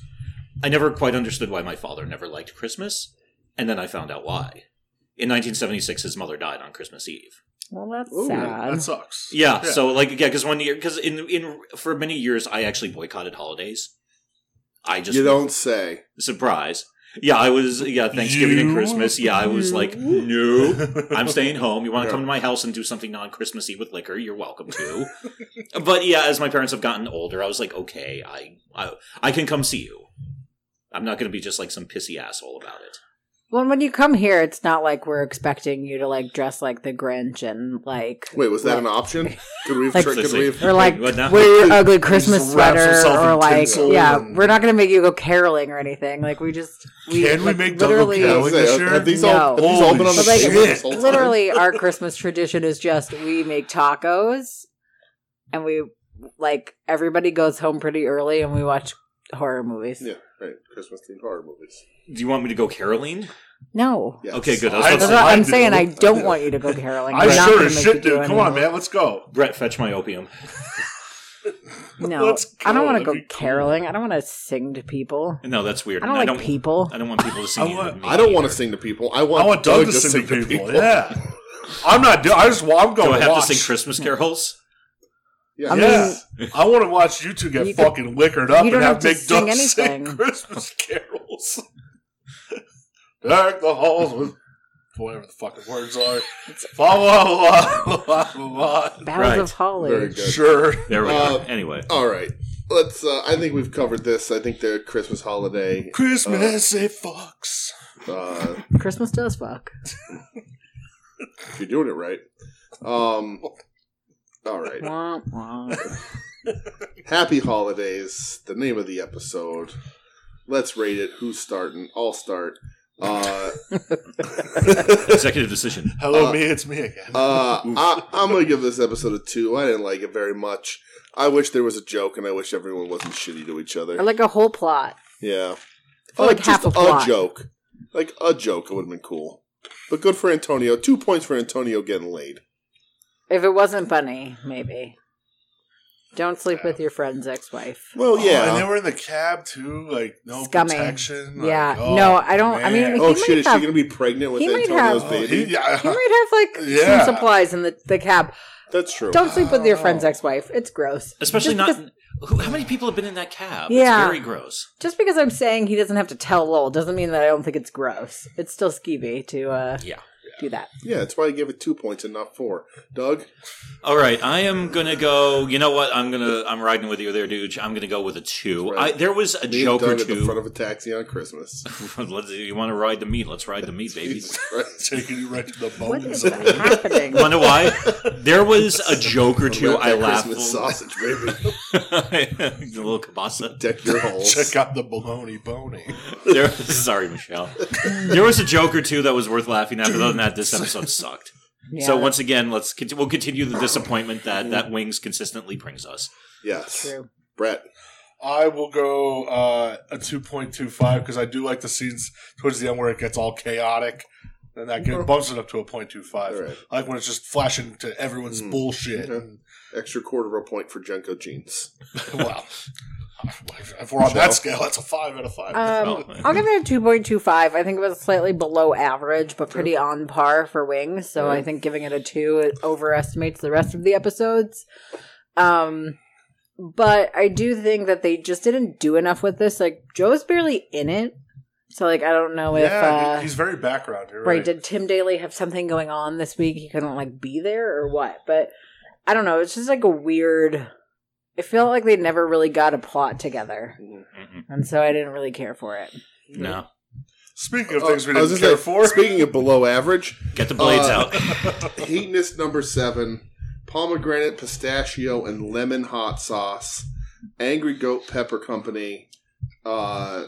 S1: I never quite understood why my father never liked Christmas, and then I found out why. In 1976, his mother died on Christmas Eve.
S4: Well, that's
S3: Ooh,
S4: sad.
S2: That sucks.
S1: Yeah, so like, yeah, because one year, because in in for many years, I actually boycotted holidays. I just
S3: you don't say.
S1: surprise. Yeah, I was yeah Thanksgiving and
S2: You?
S1: Christmas. Yeah, I was like, no, I'm staying home. You want to
S3: Yeah.
S1: come to my house and do something non Christmassy with liquor? You're welcome to. but yeah, as my parents have gotten older, I was like, okay, I I, I can come see you. I'm not going to be just like some pissy asshole about it.
S4: Well, when you come here, it's not like we're expecting you to like dress like the Grinch and like
S3: Wait, was that an option? Could we have?
S4: Like-
S3: tricked- could we have
S4: or like
S1: Wait, what now?
S4: wear your ugly Christmas
S2: Just wrap
S4: sweater
S2: yourself in
S4: or like
S2: tinsel
S4: yeah,
S2: and-
S4: we're not gonna make you go caroling or anything. Like we just we,
S2: Can we
S4: like,
S2: make double
S3: I
S2: caroling?
S3: was gonna say,
S2: Sure.
S3: Have these all,
S4: No.
S3: have these all been on the
S4: But, like,
S3: table this whole time?
S4: literally our christmas tradition is just we make tacos and we like everybody goes home pretty early and we watch horror movies
S3: Yeah, right. Christmas themed horror movies.
S1: Do you want me to go caroling?
S4: no
S3: Yes.
S1: Okay, good. I was
S2: I
S1: about to
S2: don't-
S4: that's
S1: say,
S4: what i'm
S2: do.
S4: saying i don't
S3: do.
S4: want you to go caroling
S2: I
S4: I'm not
S2: sure
S4: gonna
S2: as
S4: make you
S2: shit
S4: do
S2: do. Come on,
S4: anything.
S2: man, let's go.
S1: Brett, fetch my opium.
S4: no
S2: Let's
S4: i don't
S2: go.
S4: want to
S2: That'd
S4: go
S2: be cool.
S4: caroling i don't want to sing to people
S1: No, that's weird.
S4: i don't like people
S1: I don't want people to see.
S2: I want-
S3: I don't want to sing to people. I want,
S2: I want Doug to sing to people. Yeah. I'm not doing I just I'm
S1: Do
S2: going
S1: I
S2: to
S1: have
S2: watch.
S1: to sing Christmas carols?
S3: Yeah.
S4: I mean-
S2: Yes. I want to watch you two get
S4: You could-
S2: fucking liquored up and
S4: you don't
S2: have,
S4: have to
S2: Big Doug
S4: sing
S2: sing
S4: anything.
S2: Christmas carols. Dark the halls with whatever the fucking words are. Blah, blah, blah, blah, blah, blah.
S4: Bowels
S1: Right.
S4: of Holly.
S3: Very good.
S2: Sure.
S1: There we
S3: Uh,
S1: go. Anyway,
S3: All right. Let's. Uh, I think we've covered this. I think the Christmas holiday.
S2: Christmas, it fucks.
S3: Uh,
S4: Christmas does fuck.
S3: if you're doing it right. Um. All right.
S4: Wah, wah.
S3: Happy holidays. The name of the episode. Let's rate it. Who's starting? I'll start. Uh,
S1: Executive decision.
S2: Hello,
S3: Uh,
S2: me. It's me again.
S3: uh, I, I'm gonna give this episode a two. I didn't like it very much. I wish there was a joke, and I wish everyone wasn't shitty to each other.
S4: Or like a whole plot.
S3: yeah,
S4: Or like half a plot.
S3: joke, like a joke. It would have been cool, but good for Antonio. Two points for Antonio getting laid.
S4: If it wasn't funny, maybe. Don't sleep with your friend's ex-wife.
S3: Well, yeah.
S2: Oh, and they were in the cab too, like no
S4: Scummy.
S2: protection. like,
S4: Yeah.
S2: oh,
S4: No, I don't- I mean,
S2: man.
S3: oh
S4: He
S3: shit!
S4: might
S3: Is she
S4: have-
S3: gonna be pregnant with
S4: he might
S3: Antonio's
S4: have-
S2: Oh,
S3: baby?
S2: he- yeah.
S4: You might have like
S2: Yeah.
S4: some supplies in the, the cab.
S3: That's true.
S4: Don't sleep with your
S2: Oh.
S4: friend's ex-wife. It's gross.
S1: Especially
S4: Just
S1: not.
S4: because-
S1: who, how many people have been in that cab?
S4: Yeah.
S1: It's very gross.
S4: Just because I'm saying he doesn't have to tell Lowell doesn't mean that I don't think it's gross. It's still skeevy to uh,
S1: Yeah.
S4: do that.
S3: Yeah, that's why I gave it two points and not four. Doug,
S1: All right, I am gonna go. You know what? I'm gonna. I'm riding with you there, dude. I'm gonna go with a two.
S3: Right.
S1: I, there was a
S3: me
S1: joke or
S3: and Doug at the front
S1: two.
S3: of a taxi on Christmas.
S1: Let's- you want to ride the meat? Let's ride the meat, baby.
S3: Jesus Christ.
S2: taking you right to the
S4: What is
S2: bones.
S4: happening?
S1: Wonder why? There was a joke or two.
S3: Wrap
S1: I
S3: that
S1: laughed.
S3: Christmas sausage, baby.
S1: the little kielbasa.
S3: Deck your holes.
S2: Check out the baloney bony.
S1: There, sorry, Michelle. There was a joke or two that was worth laughing at, but other than that, this episode sucked.
S4: Yeah,
S1: So once again, let's conti- we'll continue the disappointment that that Wings consistently brings us.
S3: Yes.
S4: true.
S3: Brett.
S2: I will go uh, a two point two five because I do like the scenes towards the end where it gets all chaotic, and that get, bumps it up to a point two
S3: All
S2: five.
S3: right.
S2: I like when it's just flashing to everyone's
S3: Mm.
S2: bullshit.
S3: Okay. Extra quarter of a point for Jenko jeans.
S2: well, if we're on that scale, that's a five out of five.
S4: Um,
S1: Well,
S4: I'll give it a two point two five. I think it was slightly below average, but pretty on par for Wings. So I
S3: Alright.
S4: think giving it a two it overestimates the rest of the episodes. Um, but I do think that they just didn't do enough with this. Like Joe's barely in it, so like I don't know if
S2: yeah,
S4: uh,
S2: he- he's very background here.
S4: Right.
S2: Right?
S4: Did Tim Daly have something going on this week? He couldn't like be there or what? But I don't know. It's just like a weird. It felt like they never really got a plot together,
S1: Mm-mm.
S4: and so I didn't really care for it.
S1: No,
S2: Speaking of
S3: Oh,
S2: things we
S3: I was
S2: didn't care
S3: gonna say,
S2: for,
S3: Speaking of below average,
S1: get the blades
S3: Uh,
S1: out.
S3: Heatness number seven, pomegranate, pistachio, and lemon hot sauce, Angry Goat Pepper Company. Uh,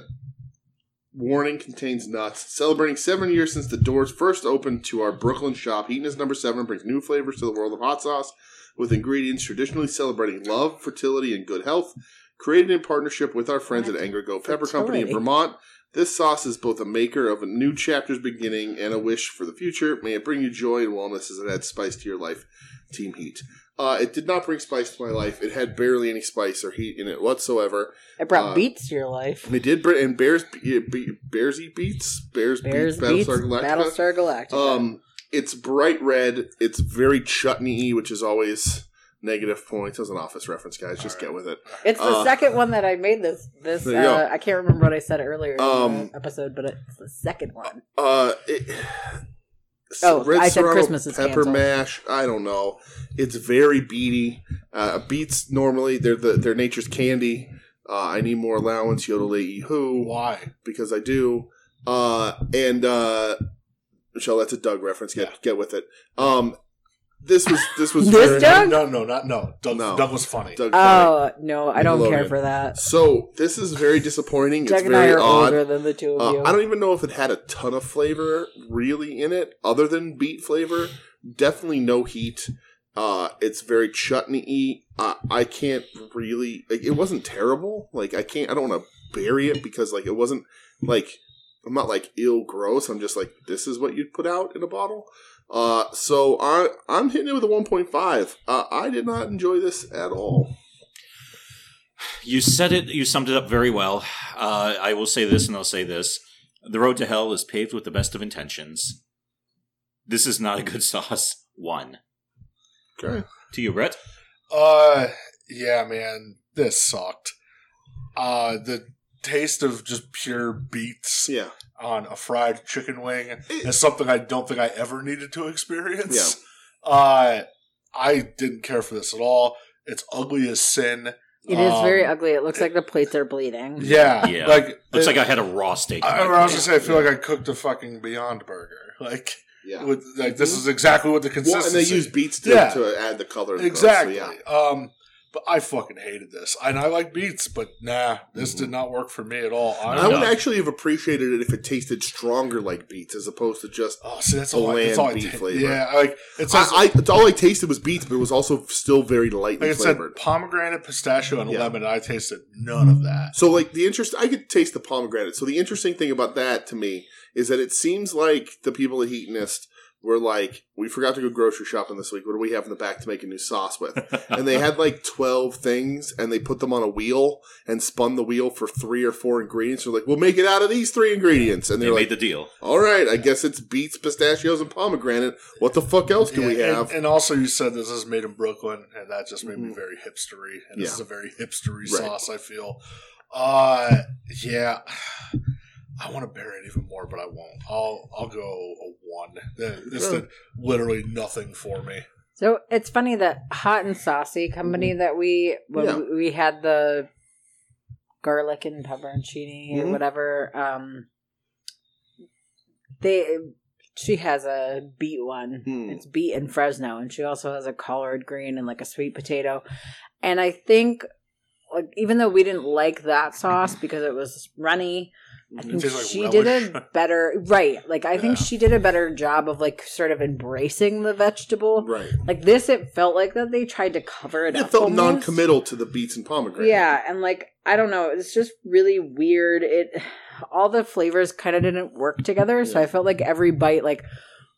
S3: warning contains nuts. Celebrating seven years since the doors first opened to our Brooklyn shop, Heatness number seven brings new flavors to the world of hot sauce with ingredients traditionally celebrating love, fertility, and good health. Created in partnership with our friends at Angry Goat Pepper Company in
S4: Fertility.
S3: Vermont, this sauce is both a maker of a new chapter's beginning and a wish for the future. May it bring you joy and wellness as it adds spice to your life. Team Heat. Uh, it did not bring spice to my life. It had barely any spice or heat in it whatsoever.
S4: It brought
S3: Uh,
S4: beats to your life.
S3: It did, br- and bears, be- be- bears eat beets. Bears,
S4: Bears
S3: beat Battlestar
S4: beats
S3: Galactica.
S4: Battlestar Galactica.
S3: Um, it's bright red. It's very chutney, which is always negative points. As an office reference, guys, just get with it.
S4: it's the
S3: uh,
S4: second one that I made this. This
S3: There you go.
S4: uh, I can't remember what I said earlier in
S3: Um,
S4: the episode, but it's the second one.
S3: Uh, it,
S4: Oh, I said
S3: Serrano
S4: Christmas is
S3: pepper
S4: canceled.
S3: mash. I don't know. It's very beady. Uh, beets normally they're the, they're nature's candy. Uh, I need more allowance. Yodelay who
S2: why?
S3: because I do. Uh, and uh, Michelle, that's a Doug reference. Get get with it. Um, this was this was
S4: This
S3: very-
S4: Doug?
S2: No, no, not no. Doug,
S3: No.
S2: Doug was funny.
S3: Doug Funny.
S4: Oh no, I don't care
S3: Nickelodeon.
S4: for that.
S3: So this is very disappointing.
S4: Jack
S3: it's
S4: and I
S3: very
S4: are
S3: odd.
S4: older than the two of
S3: Uh,
S4: you.
S3: I don't even know if it had a ton of flavor really in it, other than beet flavor. Definitely no heat. Uh, it's very chutney y. Uh, I can't really. Like, it wasn't terrible. Like I can't. I don't want to bury it because like it wasn't like I'm not like ill gross. I'm just like this is what you'd put out in a bottle. Uh, so I I'm hitting it with a 1.5. Uh, I did not enjoy this at all.
S1: You said it. You summed it up very well. Uh, I will say this, and I'll say this: the road to hell is paved with the best of intentions. This is not a good sauce. One
S3: Okay.
S1: to you, Brett.
S2: Uh, yeah, man, this sucked. Uh, the taste of just pure beets
S3: Yeah.
S2: on a fried chicken wing
S3: It-
S2: is something I don't think I ever needed to experience. Uh, I didn't care for this at all. It's ugly as sin.
S4: It is very
S2: Um,
S4: ugly. It looks like the plates are bleeding.
S2: Yeah,
S1: Yeah.
S2: Like
S1: Looks
S2: it-
S1: like I had a raw steak. in my
S2: I, I
S1: plate.
S2: was gonna say, I feel like I cooked a fucking Beyond Burger. Like,
S3: Yeah.
S2: with like this is exactly what the
S3: Well, and
S2: consistency.
S3: they use beets to,
S2: Yeah.
S3: to add the color. to the
S2: exactly.
S3: girls, so yeah.
S2: Um, But I fucking hated this, and I like beets, but nah, this did not work for me at all.
S3: I
S2: I
S1: No.
S3: would actually have appreciated it if it tasted stronger like beets as opposed to just.
S2: oh, see, that's all. I,
S3: Bland
S2: that's all I
S3: beet
S2: ta-
S3: flavor.
S2: Yeah, I like it says.
S3: I, I, it's all I tasted was beets, but it was also still very lightly
S2: like I said,
S3: flavored.
S2: pomegranate, pistachio, and
S3: Yeah. Mm-hmm.
S2: lemon. and I tasted none of that.
S3: So, like the interest, I could taste the pomegranate. So the interesting thing about that to me is that it seems like the people at Heatonist were like, "We forgot to go grocery shopping this week. What do we have in the back to make a new sauce with?" and they had like twelve things, and they put them on a wheel and spun the wheel for three or four ingredients. They're like, "We'll make it out of these three ingredients," and
S1: They
S3: they're like,
S1: made the deal.
S3: "All right, I guess it's beets, pistachios, and pomegranate. What the fuck else do
S2: Yeah,
S3: we
S2: and-
S3: have?"
S2: And, also, you said this is made in Brooklyn, and that just made me
S3: Mhm.
S2: very hipstery. And this
S3: Yeah.
S2: is a very hipstery
S3: Right.
S2: sauce. I feel. Uh yeah. I want to bury it even more, but I won't. I'll I'll go a one. Th- This did literally nothing for me.
S4: So it's funny that Hot and Saucy company that we when
S3: Yeah.
S4: we- we had the garlic and pepperoncini or
S3: Mhm.
S4: whatever. Um, they she has a beet one.
S3: Hmm.
S4: It's beet and Fresno, and she also has a collard green and like a sweet potato. And I think like even though we didn't like that sauce because it was runny, I think
S2: tastes like
S4: she
S2: relish.
S4: did a better right. Like I think
S2: Yeah.
S4: she did a better job of like sort of embracing the vegetable.
S3: Right.
S4: Like this, it felt like that they tried to cover it.
S3: It
S4: up
S3: felt
S4: almost.
S3: non-committal to the beets and pomegranate.
S4: Yeah, and like I don't know, it's just really weird. It all the flavors kind of didn't work together, so
S3: Yeah.
S4: I felt like every bite, like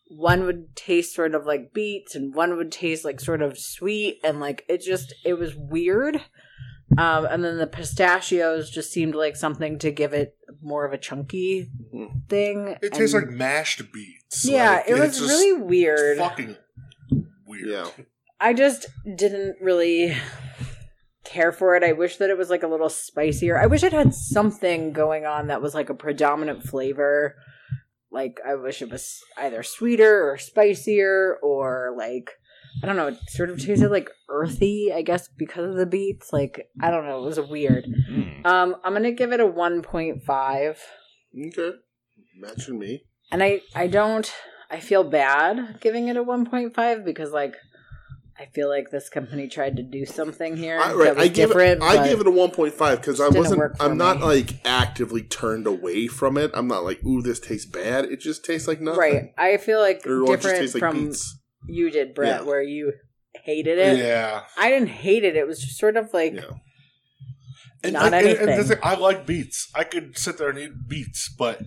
S4: one would taste sort of like beets, and one would taste like sort of sweet, and like it just it was weird. Um, and then the pistachios just seemed like something to give it more of a chunky
S3: Mhm.
S4: thing.
S2: It tastes
S4: and-
S2: like mashed beets.
S4: yeah,
S2: Like,
S4: it
S2: it's
S4: was
S2: just
S4: really weird.
S2: fucking weird.
S3: Yeah.
S4: I just didn't really care for it. I wish that it was like a little spicier. I wish it had something going on that was like a predominant flavor. Like I wish it was either sweeter or spicier or like I don't know, it sort of tasted like earthy, I guess, because of the beets. Like I don't know, it was weird.
S1: Mm.
S4: Um I'm going to give it a 1.5
S3: Okay. Matching me.
S4: and I I don't I feel bad giving it a 1.5 because like I feel like this company tried to do something here
S3: I,
S4: that
S3: right,
S4: was
S3: I give
S4: different.
S3: it. I
S4: but
S3: give it a one point five because I
S4: Just didn't
S3: wasn't.
S4: work for
S3: I'm not
S4: me.
S3: like actively turned away from it. I'm not like, ooh, this tastes bad. It just tastes like nothing.
S4: right. I feel like
S3: Or it just
S4: different
S3: tastes like
S4: from
S3: beets.
S4: you did Brett
S3: Yeah.
S4: where you hated it.
S2: Yeah.
S4: I didn't hate it. It was just sort of like
S3: Yeah.
S4: Not
S2: like,
S4: anything.
S2: that's the thing, I like beets. I could sit there and eat beets, but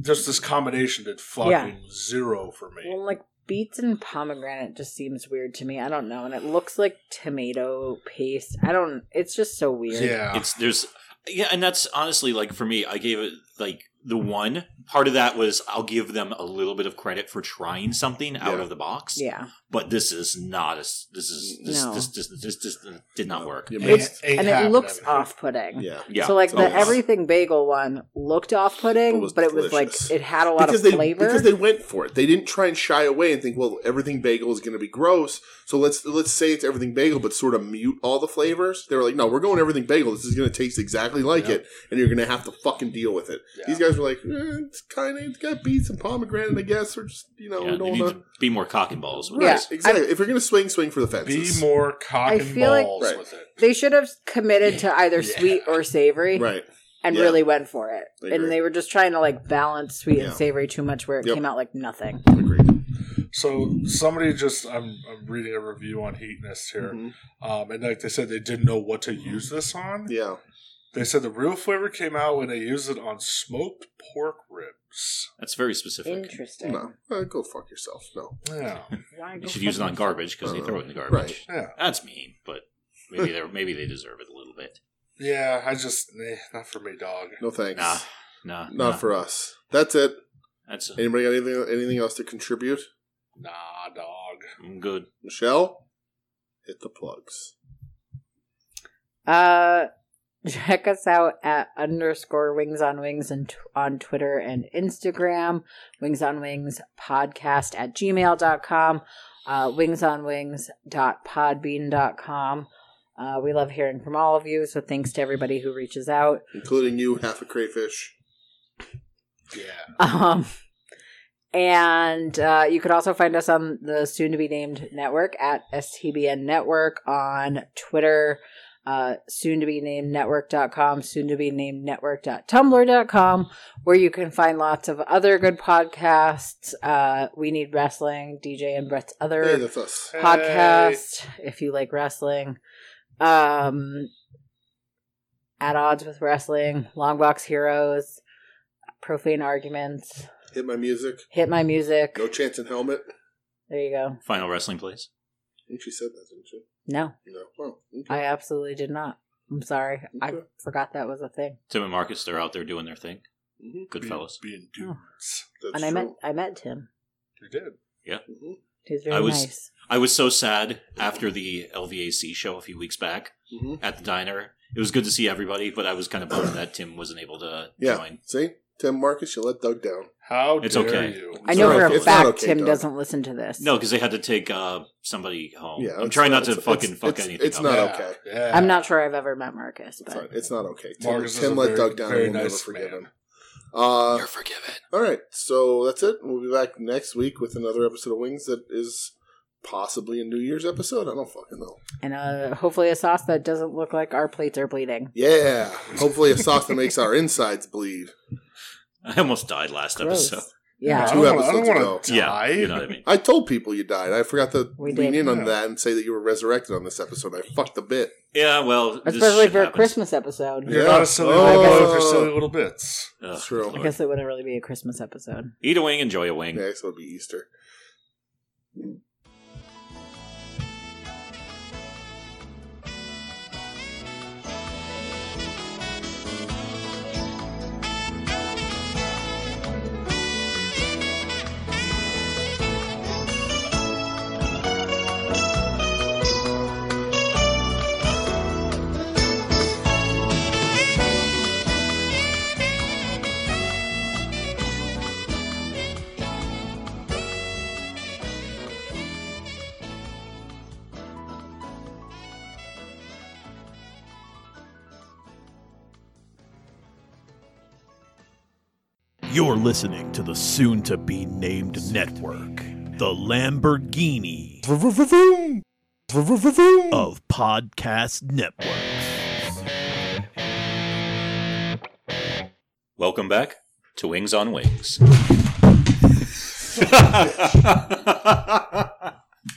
S2: just this combination did fucking
S4: Yeah.
S2: zero for me.
S4: well like beets and pomegranate just seems weird to me. I don't know. And it looks like tomato paste. I don't it's just so weird.
S2: Yeah.
S1: It's there's yeah, and that's honestly like for me, I gave it like the one part of that was I'll give them a little bit of credit for trying something out
S3: Yeah.
S1: of the box.
S4: Yeah.
S1: But this is not as this is this
S4: No.
S1: this this this, this, did not work.
S3: You
S2: Ain't-
S3: missed.
S2: ain't
S4: And it
S2: happening.
S4: looks off putting.
S3: Yeah.
S1: Yeah.
S4: so like the
S3: always-
S4: everything bagel one looked off putting,
S3: But was
S4: but it was like
S3: delicious.
S4: it had a lot
S3: Because
S4: of
S3: they
S4: flavor.
S3: because they went for it. They didn't try and shy away and think, well, everything bagel is going to be gross. So let's let's say it's everything bagel, but sort of mute all the flavors. They were like, no, we're going everything bagel. This is going to taste exactly like
S2: Yeah.
S3: it, and you're going to have to fucking deal with it.
S2: Yeah.
S3: These guys were like, eh, it's kind of it's got beets and pomegranate, I guess, or just you know,
S1: Yeah,
S3: we
S1: they
S3: don't
S1: need
S3: know.
S1: to be more cock and balls.
S3: Right,
S4: Yeah.
S3: exactly. if you're gonna swing, swing for the fences.
S2: Be more cock
S4: I
S2: and
S4: feel like-
S2: balls
S3: Right.
S2: with it.
S4: They should have committed to either
S2: Yeah.
S4: sweet or savory
S3: right.
S4: and
S3: Yeah.
S4: really went for it.
S3: I agree.
S4: And they were just trying to like balance sweet
S3: Yeah.
S4: and savory too much where it
S3: Yep.
S4: came out like nothing.
S3: Agreed.
S2: So somebody just I'm I'm reading a review on Heatness here.
S3: Mhm.
S4: Mm-hmm.
S2: Um and like they said they didn't know what to use this on.
S3: Yeah.
S2: They said the real flavor came out when they used it on smoked pork ribs.
S1: That's very specific.
S4: Interesting.
S3: No. Uh, go fuck yourself. No.
S2: Yeah.
S4: Why
S1: You
S4: go
S1: should use it
S4: fuck
S1: on garbage because they
S3: Uh,
S1: throw it in the garbage.
S3: right.
S2: Yeah.
S1: That's mean, but maybe they are maybe they deserve it a little bit.
S2: Yeah, I just eh, not for me, dog.
S3: No thanks.
S1: Nah, nah,
S3: Not
S1: nah.
S3: for us. That's it.
S1: that's i
S3: Anybody got anything anything else to contribute?
S2: Nah, dog.
S1: I'm good.
S3: Michelle, hit the plugs.
S4: Uh, check us out at underscore wings on wings and t- on Twitter and Instagram. Wings on wings podcast at gmail.com. Uh, wings on wings dot podbean dot com. Uh, we love hearing from all of you. So thanks to everybody who reaches out.
S3: Including you, half a crayfish.
S2: Yeah.
S4: Um, And uh, you could also find us on the soon to be named network at STBN Network on Twitter, uh, soon to be named network.com, soon to be named network.tumblr.com, where you can find lots of other good podcasts. Uh, we Need Wrestling, DJ and Brett's other
S3: Hey, that's us.
S4: podcast if you like wrestling. Um, at odds with wrestling, long box heroes, profane arguments,
S3: Hit my music.
S4: hit my music.
S3: No chance in helmet.
S4: There you go.
S1: Final wrestling place.
S3: I think she said that, didn't she?
S4: No,
S3: No. Well, okay.
S4: I absolutely did not. I'm sorry. I
S3: Okay.
S4: forgot that was a thing.
S1: Tim and Marcus, they're out there doing their thing.
S3: Mhm.
S1: Good
S2: being,
S1: fellas.
S2: being
S4: Hmm.
S2: dudes.
S3: That's
S4: and I met
S3: true.
S4: I met Tim.
S2: You did.
S3: Mhm.
S4: He was very
S1: I was-
S4: nice.
S1: I was so sad after the LVAC show a few weeks back
S3: Mhm.
S1: at the diner. It was good to see everybody, but I was kind of bummed that Tim wasn't able to
S3: Yeah.
S1: join.
S3: See, Tim Marcus, you let Doug down.
S2: How
S1: It's
S2: dare
S1: okay.
S2: you?
S4: I know
S3: not
S4: for
S3: okay-
S4: a
S3: it's not
S4: fact
S3: okay,
S4: Tim
S3: Doug.
S4: doesn't listen to this.
S1: No, because they had to take uh, somebody home.
S3: Yeah,
S1: I'm
S3: it's-
S1: trying not to
S3: it's-
S1: fucking
S3: it's-
S1: fuck
S3: it's-
S1: anything
S3: it's
S1: up.
S3: not
S2: yeah.
S3: okay.
S2: Yeah.
S4: I'm not sure I've ever met Marcus,
S3: It's
S4: but
S3: not, it's not okay. Tim,
S2: Marcus is
S3: Tim
S2: a
S3: let
S2: very-
S3: Doug down. and
S2: very
S3: we'll never
S2: nice
S3: forgive
S2: man.
S3: him. Uh,
S1: You're forgiven.
S3: all right, so that's it. We'll be back next week with another episode of Wings that is possibly a New Year's episode. I don't fucking know.
S4: and uh, hopefully a sauce that doesn't look like our plates are bleeding.
S3: Yeah, hopefully a sauce that makes our insides bleed.
S1: I almost died last
S4: Gross.
S1: episode.
S4: Yeah.
S2: I
S3: Two
S2: don't wanna- I
S3: episodes
S2: don't
S3: ago.
S2: want to die.
S1: Yeah, you know what I mean.
S3: I told people you died. I forgot to
S4: We
S3: lean
S4: did.
S3: in on
S2: Yeah.
S3: that and say that you were resurrected on this episode. I fucked the bit.
S1: Yeah, well, this
S4: Especially
S1: shit
S4: for a
S1: happens.
S4: Christmas episode.
S2: You're
S3: Yeah.
S2: not a silly
S3: Oh.
S2: little boy with your silly little bits.
S1: Ugh,
S3: It's true.
S1: Lord.
S4: I guess it wouldn't really be a Christmas episode.
S1: Eat a wing, enjoy a wing.
S3: Yeah, so it'll be Easter.
S5: You're listening to the soon to be named network, the Lamborghini of podcast networks.
S1: Welcome back to Wings on Wings.